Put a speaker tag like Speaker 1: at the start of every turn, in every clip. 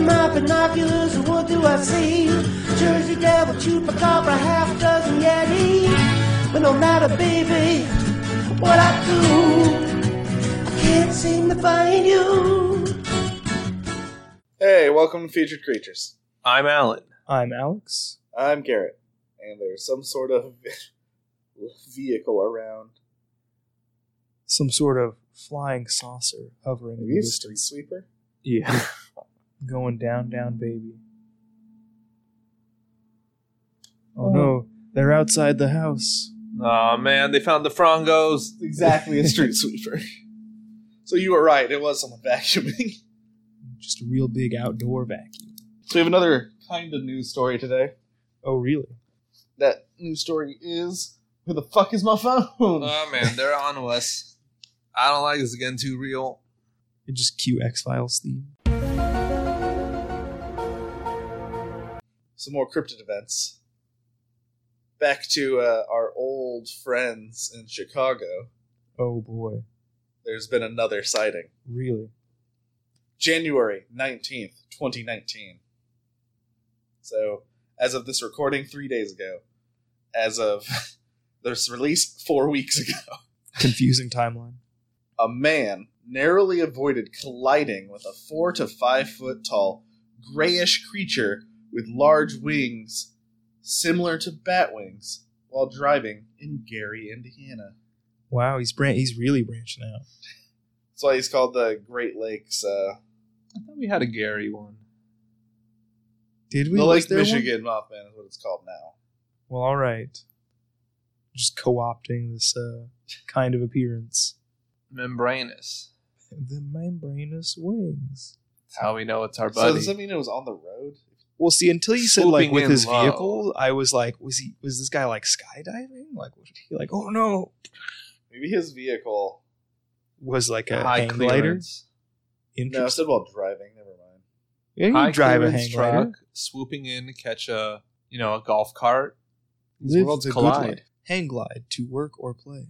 Speaker 1: got binoculars, what do I see? Jersey Devil, Chupacabra, half dozen Yeti. But no matter, baby, what I do, I can't seem to find you.
Speaker 2: Hey, welcome to Featured Creatures.
Speaker 3: I'm Alan.
Speaker 4: I'm Alex.
Speaker 2: I'm Garrett, and there's some sort of vehicle around.
Speaker 4: Some sort of flying saucer hovering in
Speaker 2: Maybe
Speaker 4: the
Speaker 2: a street
Speaker 4: distance.
Speaker 2: sweeper?
Speaker 4: Yeah. Going down, down, baby. Oh, no, they're outside the house.
Speaker 3: Oh man, they found the frongos.
Speaker 2: Exactly, a street sweeper. So you were right, it was someone vacuuming.
Speaker 4: Just a real big outdoor vacuum.
Speaker 2: So we have another kind of news story today.
Speaker 4: Oh, really?
Speaker 2: That news story is Where the fuck is my phone?
Speaker 3: Oh man, they're on to us. I don't like this getting too real.
Speaker 4: It just cute X Files theme.
Speaker 2: Some more cryptid events. Back to uh, our old friends in Chicago,
Speaker 4: Oh boy,
Speaker 2: there's been another sighting.
Speaker 4: really?
Speaker 2: January 19th, 2019. So, as of this recording, three days ago. As of this release, four weeks ago.
Speaker 4: Confusing timeline.
Speaker 2: A man narrowly avoided colliding with a four to five foot tall, grayish creature with large wings similar to bat wings while driving in Gary, Indiana.
Speaker 4: Wow, he's bran- he's really branching out.
Speaker 2: That's why he's called the Great Lakes, uh,
Speaker 3: I thought we had a Gary one.
Speaker 4: Did we?
Speaker 2: the
Speaker 4: Was
Speaker 2: Lake
Speaker 4: there one?
Speaker 2: Michigan Mothman is what it's called now.
Speaker 4: Well, all right. Just co-opting this uh, kind of appearance.
Speaker 3: Membranous.
Speaker 4: The membranous wings.
Speaker 3: That's how we know it's our
Speaker 2: So,
Speaker 3: buddy.
Speaker 2: does that mean it was on the road?
Speaker 4: Well, see, until you said like
Speaker 3: Swooping
Speaker 4: with
Speaker 3: in
Speaker 4: his
Speaker 3: low.
Speaker 4: vehicle, I was like, was he was this guy like skydiving? Like, was he like, oh no,
Speaker 2: Maybe his vehicle.
Speaker 4: was like a
Speaker 3: High
Speaker 4: hang glider?
Speaker 3: clearance.
Speaker 2: No, I
Speaker 4: Interesting.
Speaker 2: said while driving. Never mind.
Speaker 4: Yeah, you
Speaker 3: High
Speaker 4: can drive a
Speaker 3: clearance
Speaker 4: hang glider.
Speaker 3: swooping in to catch a you know a golf cart. These
Speaker 4: Live
Speaker 3: worlds
Speaker 4: the good
Speaker 3: collide.
Speaker 4: life. Hang glide to work or play.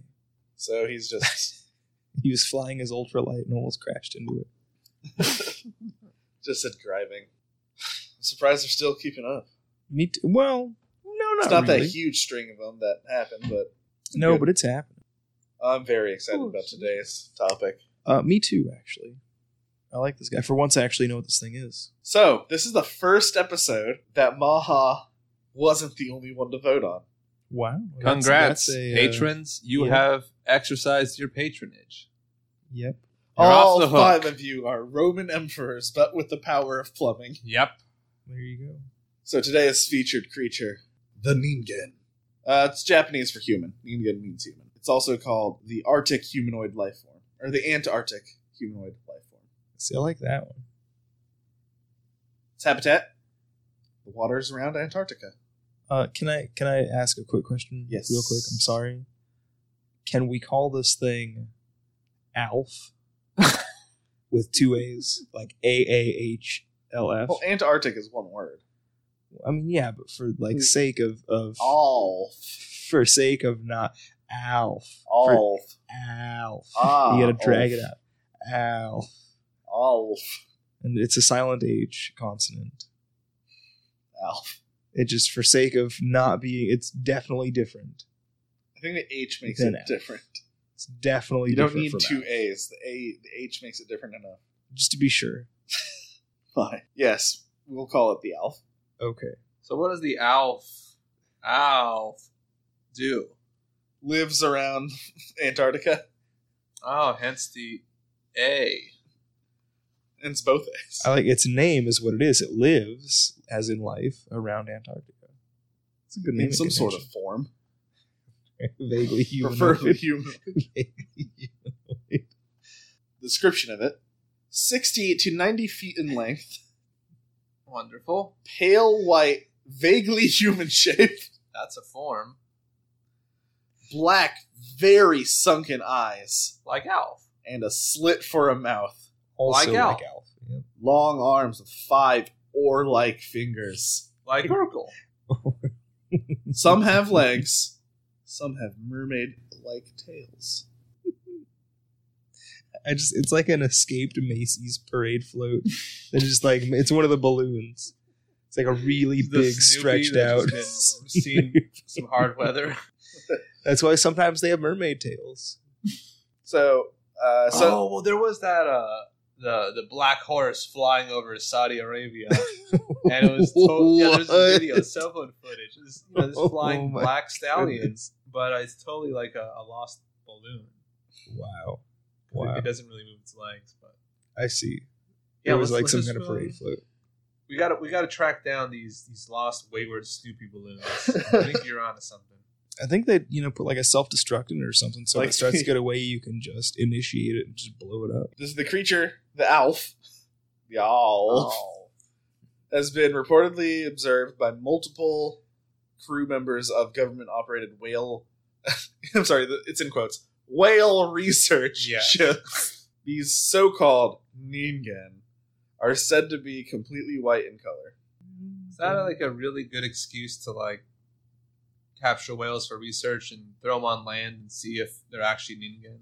Speaker 2: So he's just
Speaker 4: He was flying his ultralight and almost crashed into it.
Speaker 2: just said driving. I'm surprised they're still keeping up.
Speaker 4: Me too. Well, no, not,
Speaker 2: It's not
Speaker 4: really.
Speaker 2: that huge string of them that happened, but
Speaker 4: No,
Speaker 2: good.
Speaker 4: but it's happening.
Speaker 2: I'm very excited about today's topic.
Speaker 4: Uh, me too, actually. I like this guy. For once, I actually know what this thing is.
Speaker 2: So this is the first episode that Maha wasn't the only one to vote on.
Speaker 4: Wow! That's-
Speaker 3: Congrats,
Speaker 4: that's a, uh,
Speaker 3: patrons! You
Speaker 4: yeah.
Speaker 3: have exercised your patronage.
Speaker 4: Yep.
Speaker 3: You're off
Speaker 2: All
Speaker 3: the hook.
Speaker 2: five of you are Roman emperors, but with the power of plumbing.
Speaker 3: Yep.
Speaker 4: There you go.
Speaker 2: So today's featured creature, the Ningen. Uh, it's Japanese for human. Ningen means human. It's also called the Arctic humanoid life form, or the Antarctic humanoid life form.
Speaker 4: See, I like that one.
Speaker 2: Its habitat, the waters around Antarctica.
Speaker 4: Uh, can I can I ask a quick question?
Speaker 2: Yes.
Speaker 4: Real quick. I'm sorry. Can we call this thing Alf with two A's, like A A H L F?
Speaker 2: Well, Antarctic is one word.
Speaker 4: I mean, yeah, but for like sake of of
Speaker 2: All,
Speaker 4: for sake of not Alf. For
Speaker 2: all,
Speaker 4: Alf.
Speaker 2: Ah,
Speaker 4: you gotta drag
Speaker 2: Alf.
Speaker 4: it out. Alf,
Speaker 2: all,
Speaker 4: and it's a silent H consonant.
Speaker 2: Alf.
Speaker 4: It just for sake of not being, it's definitely different.
Speaker 2: I think the H makes
Speaker 4: Then
Speaker 2: it
Speaker 4: Alf.
Speaker 2: different.
Speaker 4: It's definitely
Speaker 2: You don't
Speaker 4: different
Speaker 2: need
Speaker 4: from
Speaker 2: two
Speaker 4: Alf.
Speaker 2: A's. The A, the H makes it different enough.
Speaker 4: just to be sure.
Speaker 2: Fine. Yes, we'll call it the Alf.
Speaker 4: Okay.
Speaker 3: So what does the Alf Alf do?
Speaker 2: Lives around Antarctica,
Speaker 3: Oh, hence the A.
Speaker 2: and it's both A's.
Speaker 4: I like its name is what it is. It lives, as in life, around Antarctica. It's a good name.
Speaker 2: in some sort of form,
Speaker 4: vaguely human.
Speaker 2: preferably human.
Speaker 4: Vaguely-
Speaker 2: description of it 60 to 90 feet in length,
Speaker 3: Wonderful.
Speaker 2: pale white, vaguely human shaped,
Speaker 3: That's a form
Speaker 2: black, very sunken eyes,
Speaker 3: like Alf.
Speaker 2: and a slit for a mouth.
Speaker 4: also
Speaker 3: Like Alf.
Speaker 4: like Alf. yeah.
Speaker 2: Long arms with five oar like fingers.
Speaker 3: Like Urkel.
Speaker 2: Some have legs, some have mermaid like tails.
Speaker 4: I just it's like an escaped Macy's parade float. It's just like it's one of the balloons. It's like a really
Speaker 3: The
Speaker 4: big,
Speaker 3: Snoopy
Speaker 4: stretched out.
Speaker 3: that's just been Seen some hard weather.
Speaker 4: That's why sometimes they have mermaid tails.
Speaker 2: So, uh, so
Speaker 3: oh well, there was that uh, the the black horse flying over Saudi Arabia, and it was to- yeah, there's a video,
Speaker 4: What?
Speaker 3: cell phone footage. This, you know, this
Speaker 4: Oh
Speaker 3: flying
Speaker 4: my
Speaker 3: black stallion, but it's totally like a, a lost balloon.
Speaker 4: Wow,
Speaker 3: It,
Speaker 4: wow.
Speaker 3: it doesn't really move its legs, but
Speaker 4: I see.
Speaker 3: yeah,
Speaker 4: it
Speaker 3: let's-
Speaker 4: was like
Speaker 3: let's
Speaker 4: some
Speaker 3: just,
Speaker 4: kind
Speaker 3: uh,
Speaker 4: of parade float.
Speaker 3: We gotta we gotta track down these these lost wayward Snoopy balloons. I think you're onto something.
Speaker 4: I think they you know put like a self destruct in it or something. So when it
Speaker 2: Like-
Speaker 4: starts to get away, you can just initiate it and just blow it up.
Speaker 2: this is the creature, the Alf, the Alf, has been reportedly observed by multiple crew members of government-operated whale. I'm sorry, the- it's in quotes. Whale research
Speaker 3: Yeah.
Speaker 2: ships. These so-called ningen are said to be completely white in color.
Speaker 3: Is that like a really good excuse to like capture whales for research and throw them on land and see if they're actually ningen?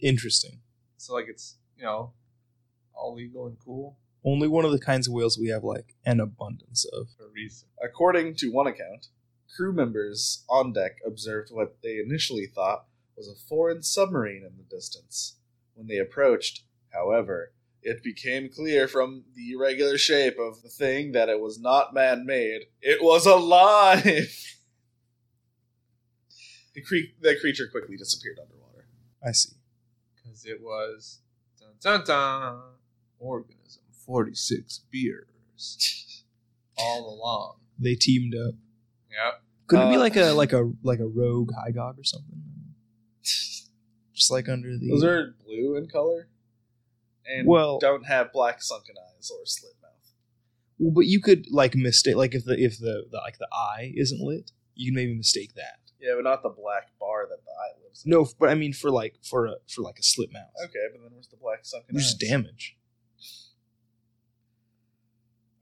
Speaker 4: Interesting.
Speaker 3: So like it's you know all legal and cool
Speaker 4: Only one of the kinds of whales we have like an abundance of.
Speaker 3: for a reason.
Speaker 2: According to one account, crew members on deck observed what they initially thought was a foreign submarine in the distance. When they approached, however, it became clear from the irregular shape of the thing that it was not man made. It was alive! the, cre- the creature quickly disappeared underwater.
Speaker 4: I see.
Speaker 3: Because it was dun dun dun organism forty six beers all along.
Speaker 4: They teamed up.
Speaker 3: Yep.
Speaker 4: Could it be
Speaker 2: Uh,
Speaker 4: like a like a like a rogue hygog or something? Just like under the
Speaker 2: Those are blue in color and
Speaker 4: Well-
Speaker 2: don't have black sunken eyes or slit mouth.
Speaker 4: Well, but you could like mistake like if the if the, the like the eye isn't lit, you can maybe mistake that.
Speaker 2: Yeah, but not the black bar that the eye lives in.
Speaker 4: No, f- but I mean for like for a for like a slit mouth,
Speaker 2: Okay, but then where's the black sunken
Speaker 4: there's just
Speaker 2: eyes?
Speaker 4: damage.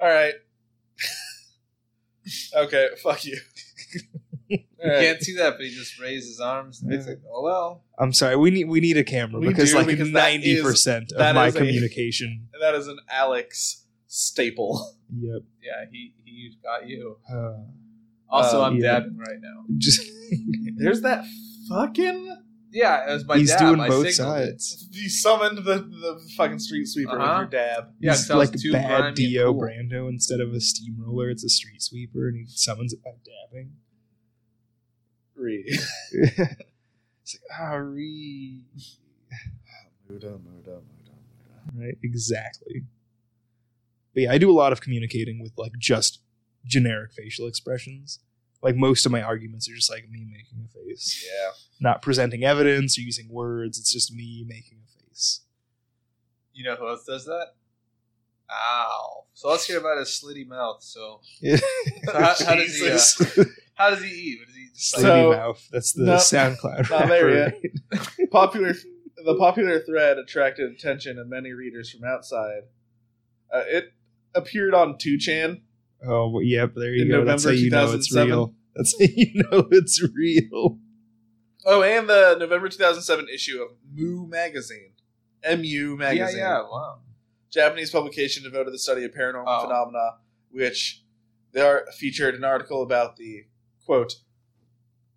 Speaker 2: All right. okay, fuck you. All
Speaker 3: You
Speaker 2: right.
Speaker 3: can't see that, but he just raised his arms and he's like, "Oh well."
Speaker 4: I'm sorry, we need we need a camera
Speaker 2: We
Speaker 4: because
Speaker 2: do,
Speaker 4: like
Speaker 2: because that is-
Speaker 4: ninety percent
Speaker 2: that
Speaker 4: of my
Speaker 2: is a-
Speaker 4: communication.
Speaker 2: And that is an Alex staple.
Speaker 4: Yep.
Speaker 3: Yeah, he he got you.
Speaker 4: Uh,
Speaker 3: Also,
Speaker 2: Uh,
Speaker 3: I'm
Speaker 4: yeah.
Speaker 3: dabbing right now.
Speaker 4: just
Speaker 2: There's that fucking.
Speaker 3: Yeah, it was my
Speaker 4: he's
Speaker 3: dab.
Speaker 4: doing
Speaker 3: I
Speaker 4: both
Speaker 3: signaled it.
Speaker 4: sides.
Speaker 2: You summoned the, the fucking street sweeper
Speaker 3: Uh-huh.
Speaker 2: with your dab.
Speaker 3: Yeah,
Speaker 4: He's
Speaker 3: 'cause I was
Speaker 4: like
Speaker 3: too grimy
Speaker 4: bad
Speaker 3: and
Speaker 4: Dio
Speaker 3: cool.
Speaker 4: Brando instead of a steamroller, it's a street sweeper, and he summons it by dabbing.
Speaker 2: Re.
Speaker 4: it's like ah, Ari,
Speaker 2: Muda, muda, muda, muda.
Speaker 4: right? Exactly. But yeah, I do a lot of communicating with like just generic facial expressions. Like most of my arguments are just like me making a face,
Speaker 2: Yeah.
Speaker 4: not presenting evidence or using words. It's just me making a face.
Speaker 3: You know who else does that? Ow. So let's hear about his slitty mouth. So,
Speaker 4: Yeah.
Speaker 3: So how, how does he? Uh,
Speaker 2: Jesus.
Speaker 3: how does he eat? What does he just
Speaker 4: Slimy
Speaker 3: like,
Speaker 2: So-
Speaker 4: mouth. That's the
Speaker 2: No.
Speaker 4: SoundCloud.
Speaker 2: Not there
Speaker 4: rapper.
Speaker 2: popular the popular thread attracted attention of many readers from outside. Uh, it appeared on 2chan.
Speaker 4: Oh, well, yep. There you
Speaker 2: In
Speaker 4: go. That's how
Speaker 2: November
Speaker 4: you know it's
Speaker 2: 2007.
Speaker 4: real. That's how you know it's real.
Speaker 2: Oh, and the November 2007 issue of Moo Magazine. MU
Speaker 3: yeah,
Speaker 2: Magazine.
Speaker 3: yeah. Wow.
Speaker 2: Japanese publication devoted to the study of paranormal
Speaker 3: Oh.
Speaker 2: phenomena, which they are featured an article about the quote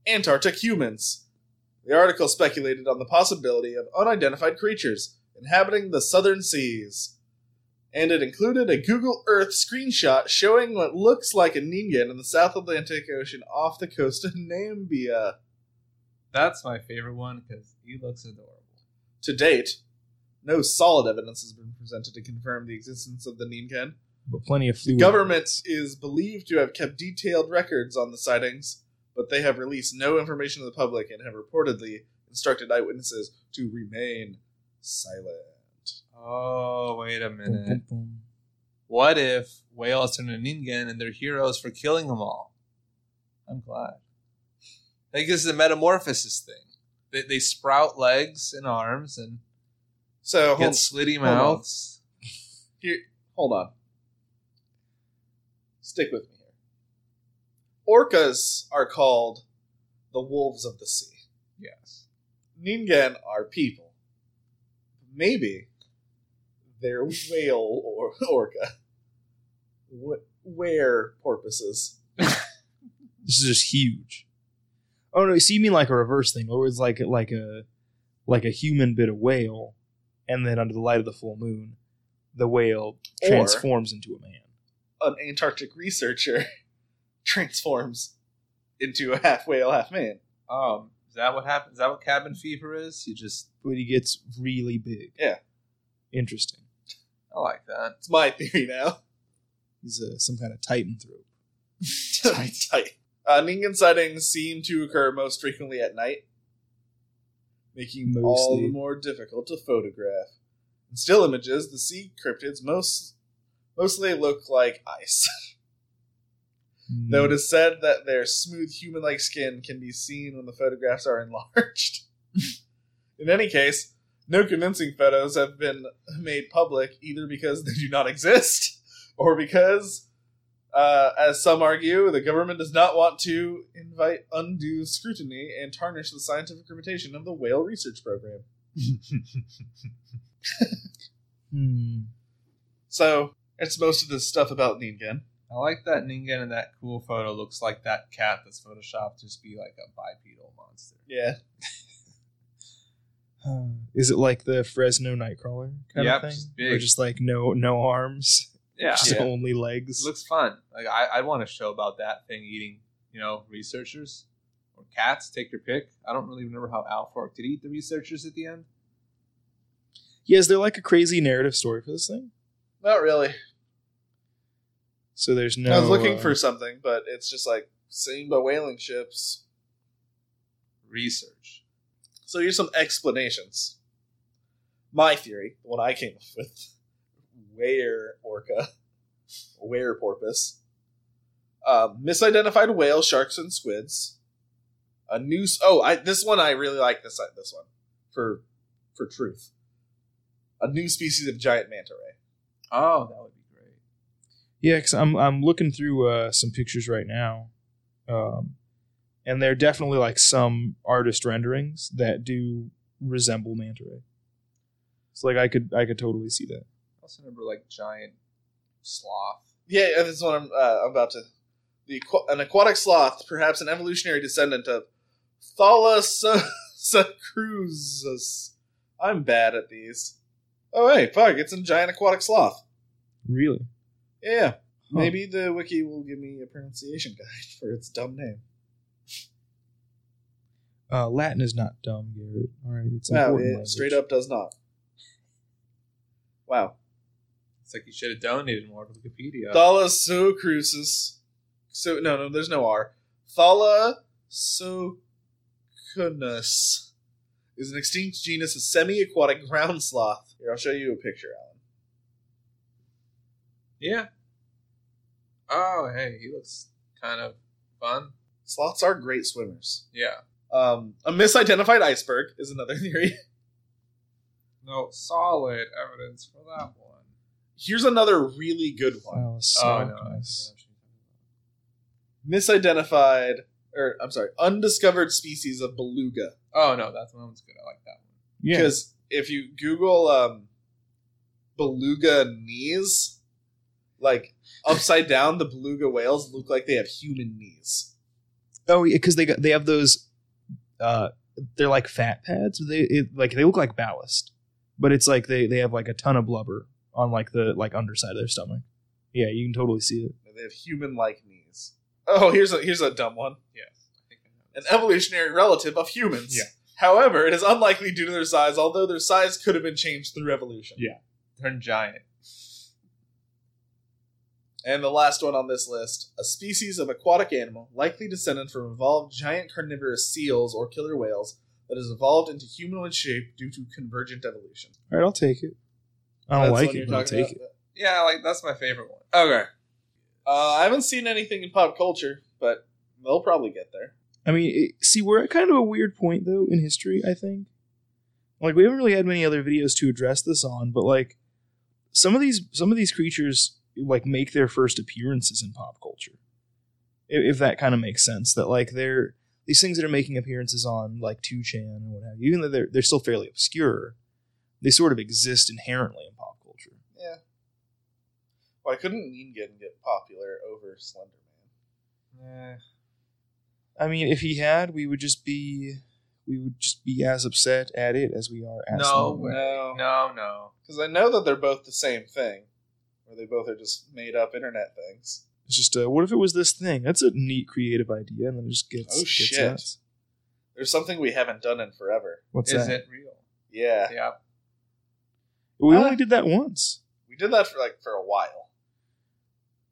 Speaker 2: Antarctic humans. The article speculated on the possibility of unidentified creatures inhabiting the southern seas. And it included a Google Earth screenshot showing what looks like a Ningen in the South Atlantic Ocean off the coast of Namibia.
Speaker 3: That's my favorite one because he looks adorable.
Speaker 2: To date, no solid evidence has been presented to confirm the existence of the Ninken.
Speaker 4: But plenty of fluid.
Speaker 2: Government is believed to have kept detailed records on the sightings, but they have released no information to the public and have reportedly instructed eyewitnesses to remain silent.
Speaker 3: Oh, wait a
Speaker 4: Boom,
Speaker 3: minute.
Speaker 4: boom, boom.
Speaker 3: What if whales turn to Ningen and they're heroes for killing them all? I'm glad. I think this is a metamorphosis thing. They, they sprout legs and arms and
Speaker 2: So
Speaker 3: get
Speaker 2: hold,
Speaker 3: slitty
Speaker 2: on.
Speaker 3: mouths.
Speaker 2: hold on. Stick with me here. Orcas are called the wolves of the sea.
Speaker 3: Yes.
Speaker 2: Ningen are people. Maybe they're whale or orca. Wh- where porpoises?
Speaker 4: This is just huge. Oh no, so you mean like a reverse thing, where it's like like a like a human bit of whale, and then under the light of the full moon, the whale
Speaker 2: Or-
Speaker 4: transforms into a man.
Speaker 2: An Antarctic researcher transforms into a half whale, half man.
Speaker 3: Um, is that what happens? Is that what cabin fever is? You just,
Speaker 4: But he gets really big.
Speaker 2: Yeah.
Speaker 4: Interesting.
Speaker 3: I like that.
Speaker 2: It's my theory now.
Speaker 4: He's a, some kind of titan throat.
Speaker 2: Tight. Uh, Ningen sightings seem to occur most frequently at night, making them all
Speaker 4: Mostly.
Speaker 2: the more difficult to photograph. In still images, the sea cryptids most mostly look like ice. Though it
Speaker 4: Hmm.
Speaker 2: is said that their smooth human like skin can be seen when the photographs are enlarged. In any case, no convincing photos have been made public either because they do not exist or because, uh, as some argue, the government does not want to invite undue scrutiny and tarnish the scientific reputation of the whale research program.
Speaker 4: Hmm.
Speaker 2: So, it's most of this stuff about Ningen.
Speaker 3: I like that Ningen and that cool photo looks like that cat that's photoshopped just be like a bipedal monster.
Speaker 2: Yeah.
Speaker 4: Uh, is it like the Fresno Nightcrawler kind
Speaker 3: Yep,
Speaker 4: of thing,
Speaker 3: just big.
Speaker 4: or just like no no arms,
Speaker 3: Yeah.
Speaker 4: just
Speaker 2: Yeah.
Speaker 4: only legs?
Speaker 3: It looks fun. Like I, I want a show about that thing eating, you know, researchers or cats. Take your pick. I don't really remember how Alf worked. Did he eat the researchers at the end?
Speaker 4: yeah, is there like a crazy narrative story for this thing?
Speaker 2: Not really.
Speaker 4: So there's no.
Speaker 2: I was looking
Speaker 4: uh,
Speaker 2: for something, but it's just like seen by whaling ships.
Speaker 3: Research.
Speaker 2: So here's some explanations. My theory, the one I came up with, where orca, where porpoise, uh, misidentified whale, sharks, and squids. A noose. Oh, I, this one I really like. This uh, this one for for truth. A new species of giant manta ray.
Speaker 3: Oh, that would be great.
Speaker 4: Yeah, because I'm I'm looking through uh, some pictures right now, um, and they're definitely like some artist renderings that do resemble manta ray. So like I could I could totally see that.
Speaker 3: I also remember like giant sloth.
Speaker 2: Yeah, yeah, this one I'm, uh, I'm about to. The aqua- an aquatic sloth, perhaps an evolutionary descendant of Thalassacruzus. I'm bad at these. Oh hey, fuck! It's a giant aquatic sloth.
Speaker 4: Really?
Speaker 2: Yeah, maybe the wiki will give me a pronunciation guide for its dumb name.
Speaker 4: Uh, Latin is not dumb, Garrett. All right, it's an
Speaker 2: Wow,
Speaker 4: important
Speaker 2: it
Speaker 4: language.
Speaker 2: straight up does not. Wow,
Speaker 3: It's like you should have donated more to Wikipedia.
Speaker 2: Thalassacruzus. So no, no, there's no R. Thalassocunus is an extinct genus of semi-aquatic ground sloth. Here, I'll show you a picture, Alan.
Speaker 3: yeah. Oh, hey, he looks kind of fun.
Speaker 2: Sloths are great swimmers.
Speaker 3: Yeah.
Speaker 2: Um, a misidentified iceberg is another theory.
Speaker 3: No solid evidence for that one.
Speaker 2: Here's another really good one.
Speaker 4: Thalassarcus.
Speaker 3: oh no. I think I know what you're talking about.
Speaker 2: misidentified or I'm sorry, undiscovered species of beluga.
Speaker 3: Oh no, that one was good. I like that one.
Speaker 4: yeah,
Speaker 2: Because if you Google um, beluga knees, like upside down, the beluga whales look like they have human knees.
Speaker 4: Oh, because they got they have those. Uh, they're like fat pads. They it, like they look like ballast, but it's like they they have like a ton of blubber on like the like underside of their stomach. Yeah, you can totally see it.
Speaker 2: They have human-like knees. Oh, here's a here's a dumb one.
Speaker 3: I think I know.
Speaker 2: An evolutionary relative of humans.
Speaker 3: Yeah.
Speaker 2: However, it is unlikely due to their size, although their size could have been changed through evolution.
Speaker 3: Yeah. Turn giant.
Speaker 2: And the last one on this list a species of aquatic animal, likely descended from evolved giant carnivorous seals or killer whales, that has evolved into humanoid shape due to convergent evolution.
Speaker 4: All right, I'll take it. I don't
Speaker 2: That's
Speaker 4: like
Speaker 2: what you're
Speaker 4: it, but I'll
Speaker 2: talking
Speaker 4: take it.
Speaker 2: about.
Speaker 3: Yeah, like that's my favorite one. Okay.
Speaker 2: Uh, I haven't seen anything in pop culture, but they'll probably get there.
Speaker 4: I mean, it, see, we're at kind of a weird point though in history. I think, like, we haven't really had many other videos to address this on, but like, some of these some of these creatures like make their first appearances in pop culture, if, if that kind of makes sense. That like they're these things that are making appearances on like 2chan and what have you, even though they're they're still fairly obscure, they sort of exist inherently in pop culture.
Speaker 2: Yeah. Why couldn't Negan get popular over Slender Man?
Speaker 3: Yeah.
Speaker 4: I mean, if he had, we would just be we would just be as upset at it as we are at
Speaker 3: No
Speaker 4: Slender Man.
Speaker 3: way.
Speaker 2: No,
Speaker 3: No, no.
Speaker 2: because I know that they're both the same thing, or they both are just made up internet things.
Speaker 4: It's just uh, what if it was this thing? That's a neat creative idea, and then it just gets
Speaker 2: Oh,
Speaker 4: gets
Speaker 2: shit.
Speaker 4: nuts.
Speaker 2: There's something we haven't done in forever.
Speaker 4: What's
Speaker 3: Is
Speaker 4: that?
Speaker 3: it real?
Speaker 2: Yeah,
Speaker 3: Yeah.
Speaker 4: We
Speaker 2: Huh?
Speaker 3: Ah.
Speaker 4: only did that once.
Speaker 2: we did that for like for a while,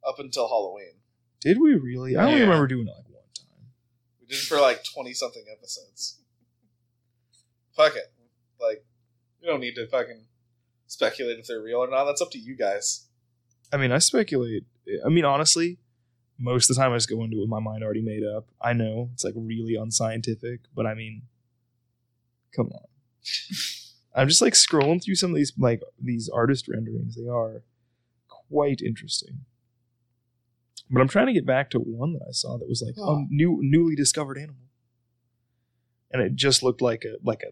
Speaker 2: up until Halloween.
Speaker 4: Did we really? I only
Speaker 3: Yeah.
Speaker 4: remember doing it like one time.
Speaker 2: We did it for like twenty something episodes. Fuck it, like we don't need to fucking speculate if they're real or not. That's up to you guys.
Speaker 4: I mean, I speculate. I mean, honestly, most of the time I just go into it with my mind already made up. I know it's like really unscientific, but I mean, come on. I'm just like scrolling through some of these like these artist renderings. They are quite interesting. But I'm trying to get back to one that I saw that was like
Speaker 2: Oh.
Speaker 4: a new newly discovered animal. And it just looked like a like a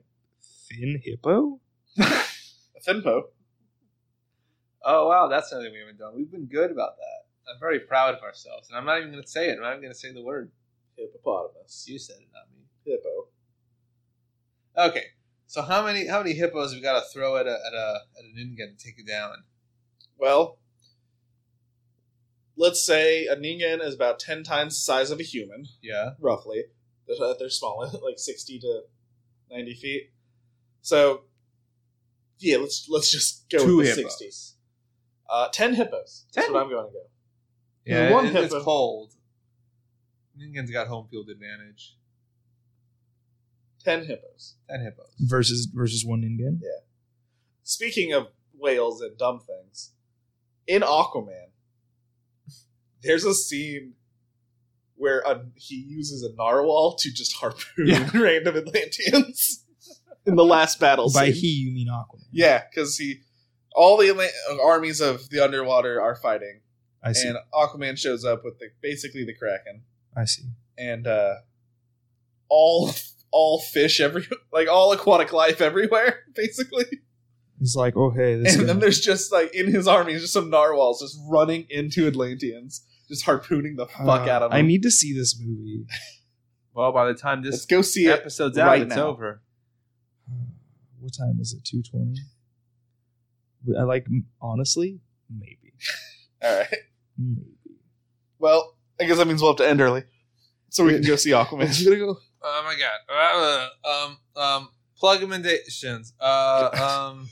Speaker 4: thin hippo.
Speaker 2: A Finpo.
Speaker 3: Oh wow, that's something we haven't done. We've been good about that. I'm very proud of ourselves, and I'm not even going to say it. I'm not even going to say the word.
Speaker 2: Hippopotamus.
Speaker 3: You said it, not me.
Speaker 2: Hippo.
Speaker 3: Okay. So how many how many hippos we got to throw at a at a at an Ingen to take it down?
Speaker 2: Well, let's say a Ningen is about 10 times the size of a human,
Speaker 3: Yeah.
Speaker 2: roughly. They're, uh, they're smaller, like 60 to 90 feet. So, yeah, let's let's just go
Speaker 3: Two
Speaker 2: with the
Speaker 3: hippos.
Speaker 2: 60. Uh, 10 hippos. That's
Speaker 3: Ten?
Speaker 2: what I'm going to go.
Speaker 3: Yeah.
Speaker 2: One
Speaker 3: it- it's
Speaker 2: hippo.
Speaker 3: cold. Ningen's got home field advantage.
Speaker 2: 10 hippos.
Speaker 3: Ten hippos.
Speaker 4: Versus versus one Ningen.
Speaker 2: Speaking of whales and dumb things, in Aquaman, there's a scene where a, he uses a narwhal to just harpoon
Speaker 4: Yeah.
Speaker 2: random Atlanteans in the last battle.
Speaker 4: By
Speaker 2: scene.
Speaker 4: he you mean Aquaman.
Speaker 2: Yeah, because he, all the Atla- armies of the underwater are fighting,
Speaker 4: I see.
Speaker 2: and Aquaman shows up with the basically the Kraken,
Speaker 4: I see.
Speaker 2: and uh, all all fish every like all aquatic life everywhere basically.
Speaker 4: It's like, oh hey, this
Speaker 2: and
Speaker 4: guy.
Speaker 2: then there's just like in his army, just some narwhals just running into Atlanteans, just harpooning the
Speaker 4: Uh,
Speaker 2: fuck out of them.
Speaker 4: I need to see this movie.
Speaker 3: Well, by the time
Speaker 2: let's
Speaker 3: this
Speaker 2: go see it.
Speaker 3: episode's
Speaker 2: right
Speaker 3: out, it's
Speaker 2: now.
Speaker 3: over.
Speaker 4: What time is it? Two twenty. I like honestly, maybe,
Speaker 2: All right.
Speaker 4: maybe.
Speaker 2: Well, I guess that means we'll have to end early, so we can go see Aquaman.
Speaker 4: gonna go.
Speaker 3: Oh my god. Uh, um um plug recommendations. Uh um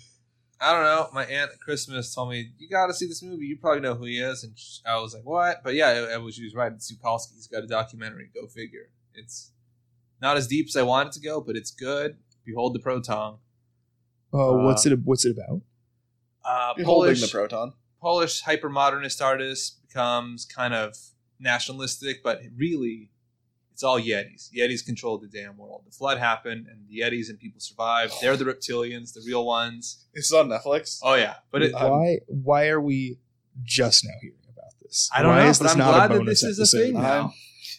Speaker 3: I don't know. My aunt at Christmas told me you got to see this movie. You probably know who he is, and sh- I was like, "What?" But yeah, I, I was she was right. It's Zukowski. He's got a documentary. Go figure. It's not as deep as I want it to go, but it's good. Behold the proton.
Speaker 4: Uh,
Speaker 3: Uh,
Speaker 4: what's it? What's it about?
Speaker 3: Uh,
Speaker 2: Holding
Speaker 3: Polish
Speaker 2: the proton.
Speaker 3: Polish hypermodernist artist becomes kind of nationalistic, but really, it's all Yetis. Yetis controlled the damn world. The flood happened, and the Yetis and people survived. They're the reptilians, the real ones.
Speaker 2: It's on Netflix.
Speaker 3: Oh yeah, but it,
Speaker 2: I'm-
Speaker 4: why? Why are we just now hearing about this?
Speaker 3: I don't
Speaker 4: why
Speaker 3: know,
Speaker 4: Is
Speaker 3: but
Speaker 4: this
Speaker 3: I'm
Speaker 4: not a
Speaker 3: glad that
Speaker 4: bonus
Speaker 3: this is a
Speaker 4: episode?
Speaker 3: thing um,
Speaker 2: I'm-
Speaker 3: now.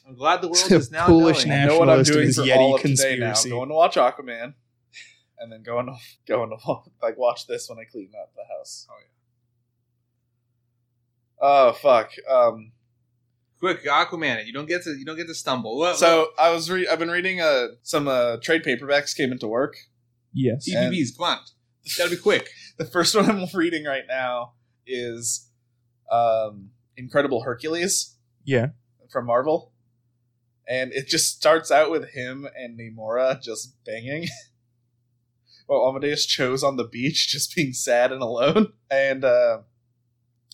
Speaker 3: I'm glad the world
Speaker 4: The
Speaker 3: is now
Speaker 4: Polish
Speaker 3: knowing.
Speaker 2: I know what I'm
Speaker 4: Nationalist
Speaker 2: doing
Speaker 4: is
Speaker 2: for
Speaker 4: Yeti
Speaker 2: all of today now.
Speaker 4: conspiracy.
Speaker 2: Going to watch Aquaman, and then going to going to wa- like watch this when I clean up the house.
Speaker 3: Oh,
Speaker 2: yeah. Oh fuck. Um,
Speaker 3: Quick, Aquaman! it. You don't get to you don't get to stumble.
Speaker 4: Uh,
Speaker 3: What,
Speaker 2: so I was re- I've been reading uh, some uh, trade paperbacks came into work.
Speaker 4: Yes.
Speaker 2: Yeah.
Speaker 3: EBBs, come on! It's gotta be quick.
Speaker 2: The first one I'm reading right now is um, Incredible Hercules
Speaker 4: Yeah.
Speaker 2: from Marvel, and it just starts out with him and Namora just banging. While Amadeus chose on the beach, just being sad and alone. And uh,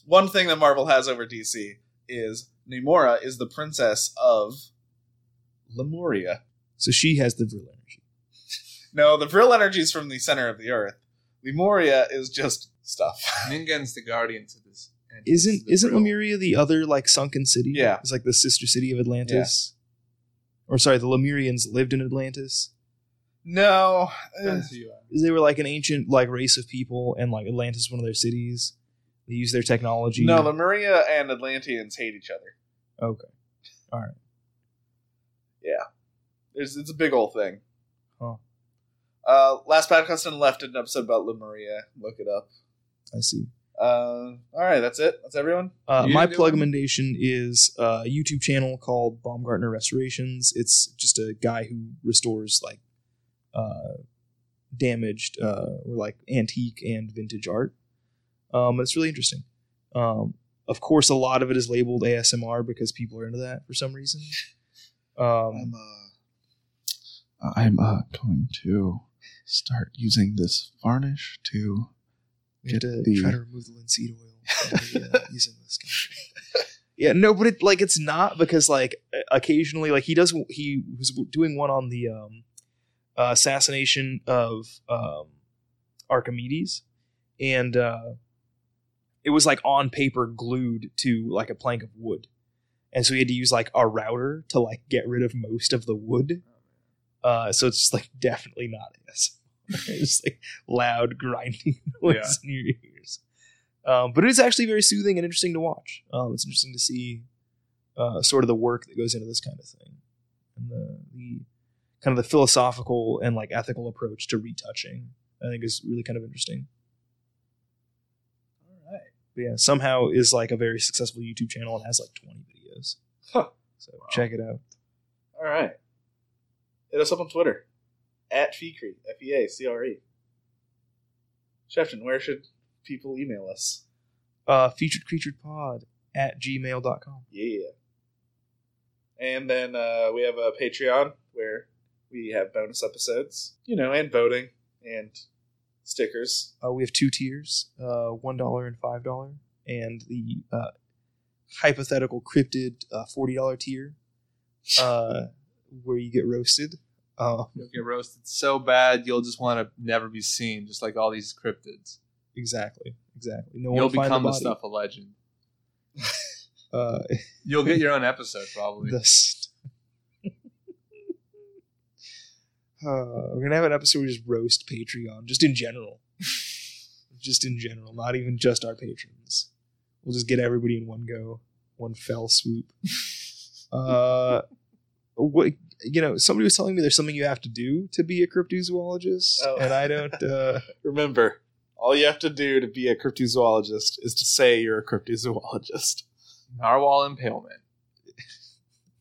Speaker 2: one thing that Marvel has over DC is Namora is the princess of Lemuria.
Speaker 4: So she has the real energy.
Speaker 2: No, the real energy is from the center of the earth. Lemuria is just stuff.
Speaker 3: Ningen's the guardian to this. and he's
Speaker 4: Isn't
Speaker 3: the
Speaker 4: isn't
Speaker 3: real-
Speaker 4: Lemuria the other like sunken city?
Speaker 2: Yeah.
Speaker 4: It's like the sister city of Atlantis. Or sorry, the Lemurians lived in Atlantis.
Speaker 2: No.
Speaker 4: uh,
Speaker 2: eh,
Speaker 3: Depends who you are.
Speaker 4: they were like an ancient like race of people, and like Atlantis was one of their cities. They use their technology.
Speaker 2: No, Lemuria and Atlanteans hate each other.
Speaker 4: Okay. All right.
Speaker 2: Yeah. It's, it's a big old thing.
Speaker 4: Huh.
Speaker 2: Uh, last podcast on the left did an episode about Lemuria. Look it up.
Speaker 4: I see.
Speaker 2: Uh, all right, that's it. That's everyone.
Speaker 4: Uh,
Speaker 3: You
Speaker 4: my
Speaker 3: didn't do one?
Speaker 4: plug recommendation is uh, a YouTube channel called Baumgartner Restorations. It's just a guy who restores like uh, damaged uh, or like antique and vintage art. Um, it's really interesting. Um, of course, a lot of it is labeled ASMR because people are into that for some reason. Um,
Speaker 2: uh, I'm uh, going to start using this varnish to.
Speaker 4: we had to
Speaker 2: the-
Speaker 4: try to remove the linseed oil from the, uh, using this. kind of- Yeah, no, but it like it's not because like o- occasionally like he does he was doing one on the um uh, assassination of um Archimedes and uh it was like on paper glued to like a plank of wood. And so he had to use like a router to like get rid of most of the wood. Uh so it's just like definitely not ASMR. it's like loud grinding noise
Speaker 3: Yeah.
Speaker 4: in your ears. Um, but it is actually very soothing and interesting to watch. Um, it's interesting to see uh, sort of the work that goes into this kind of thing and the, the kind of the philosophical and like ethical approach to retouching. I think is really kind of interesting.
Speaker 2: All right.
Speaker 4: But yeah, somehow is like a very successful YouTube channel and has like 20 videos.
Speaker 2: Huh.
Speaker 4: So check it out.
Speaker 2: All right. Hit us up on Twitter at FEACRE, F E A C R E. Shefton, where should people email us?
Speaker 4: Uh, featured creatured pod at gmail.com.
Speaker 2: Yeah. And then uh, we have a Patreon where we have bonus episodes, you know, and voting and stickers.
Speaker 4: Uh, we have two tiers, uh, one dollar and five dollar, and the uh, hypothetical cryptid uh, forty dollar tier, uh, where you get roasted. Uh,
Speaker 3: You'll get roasted so bad you'll just want to never be seen, just like all these cryptids.
Speaker 4: exactly, exactly. No
Speaker 3: You'll
Speaker 4: one will find
Speaker 3: become
Speaker 4: the
Speaker 3: the
Speaker 4: body.
Speaker 3: stuff a legend.
Speaker 4: Uh,
Speaker 3: You'll get your own episode probably.
Speaker 4: the st- Uh, we're gonna have an episode where we just roast Patreon, just in general, just in general, not even just our patrons. We'll just get everybody in one go, one fell swoop. uh, what you know? Somebody was telling me there's something you have to do to be a cryptozoologist,
Speaker 2: Oh.
Speaker 4: and I don't. Uh,
Speaker 2: Remember, all you have to do to be a cryptozoologist is to say you're a cryptozoologist.
Speaker 3: Narwhal impalement.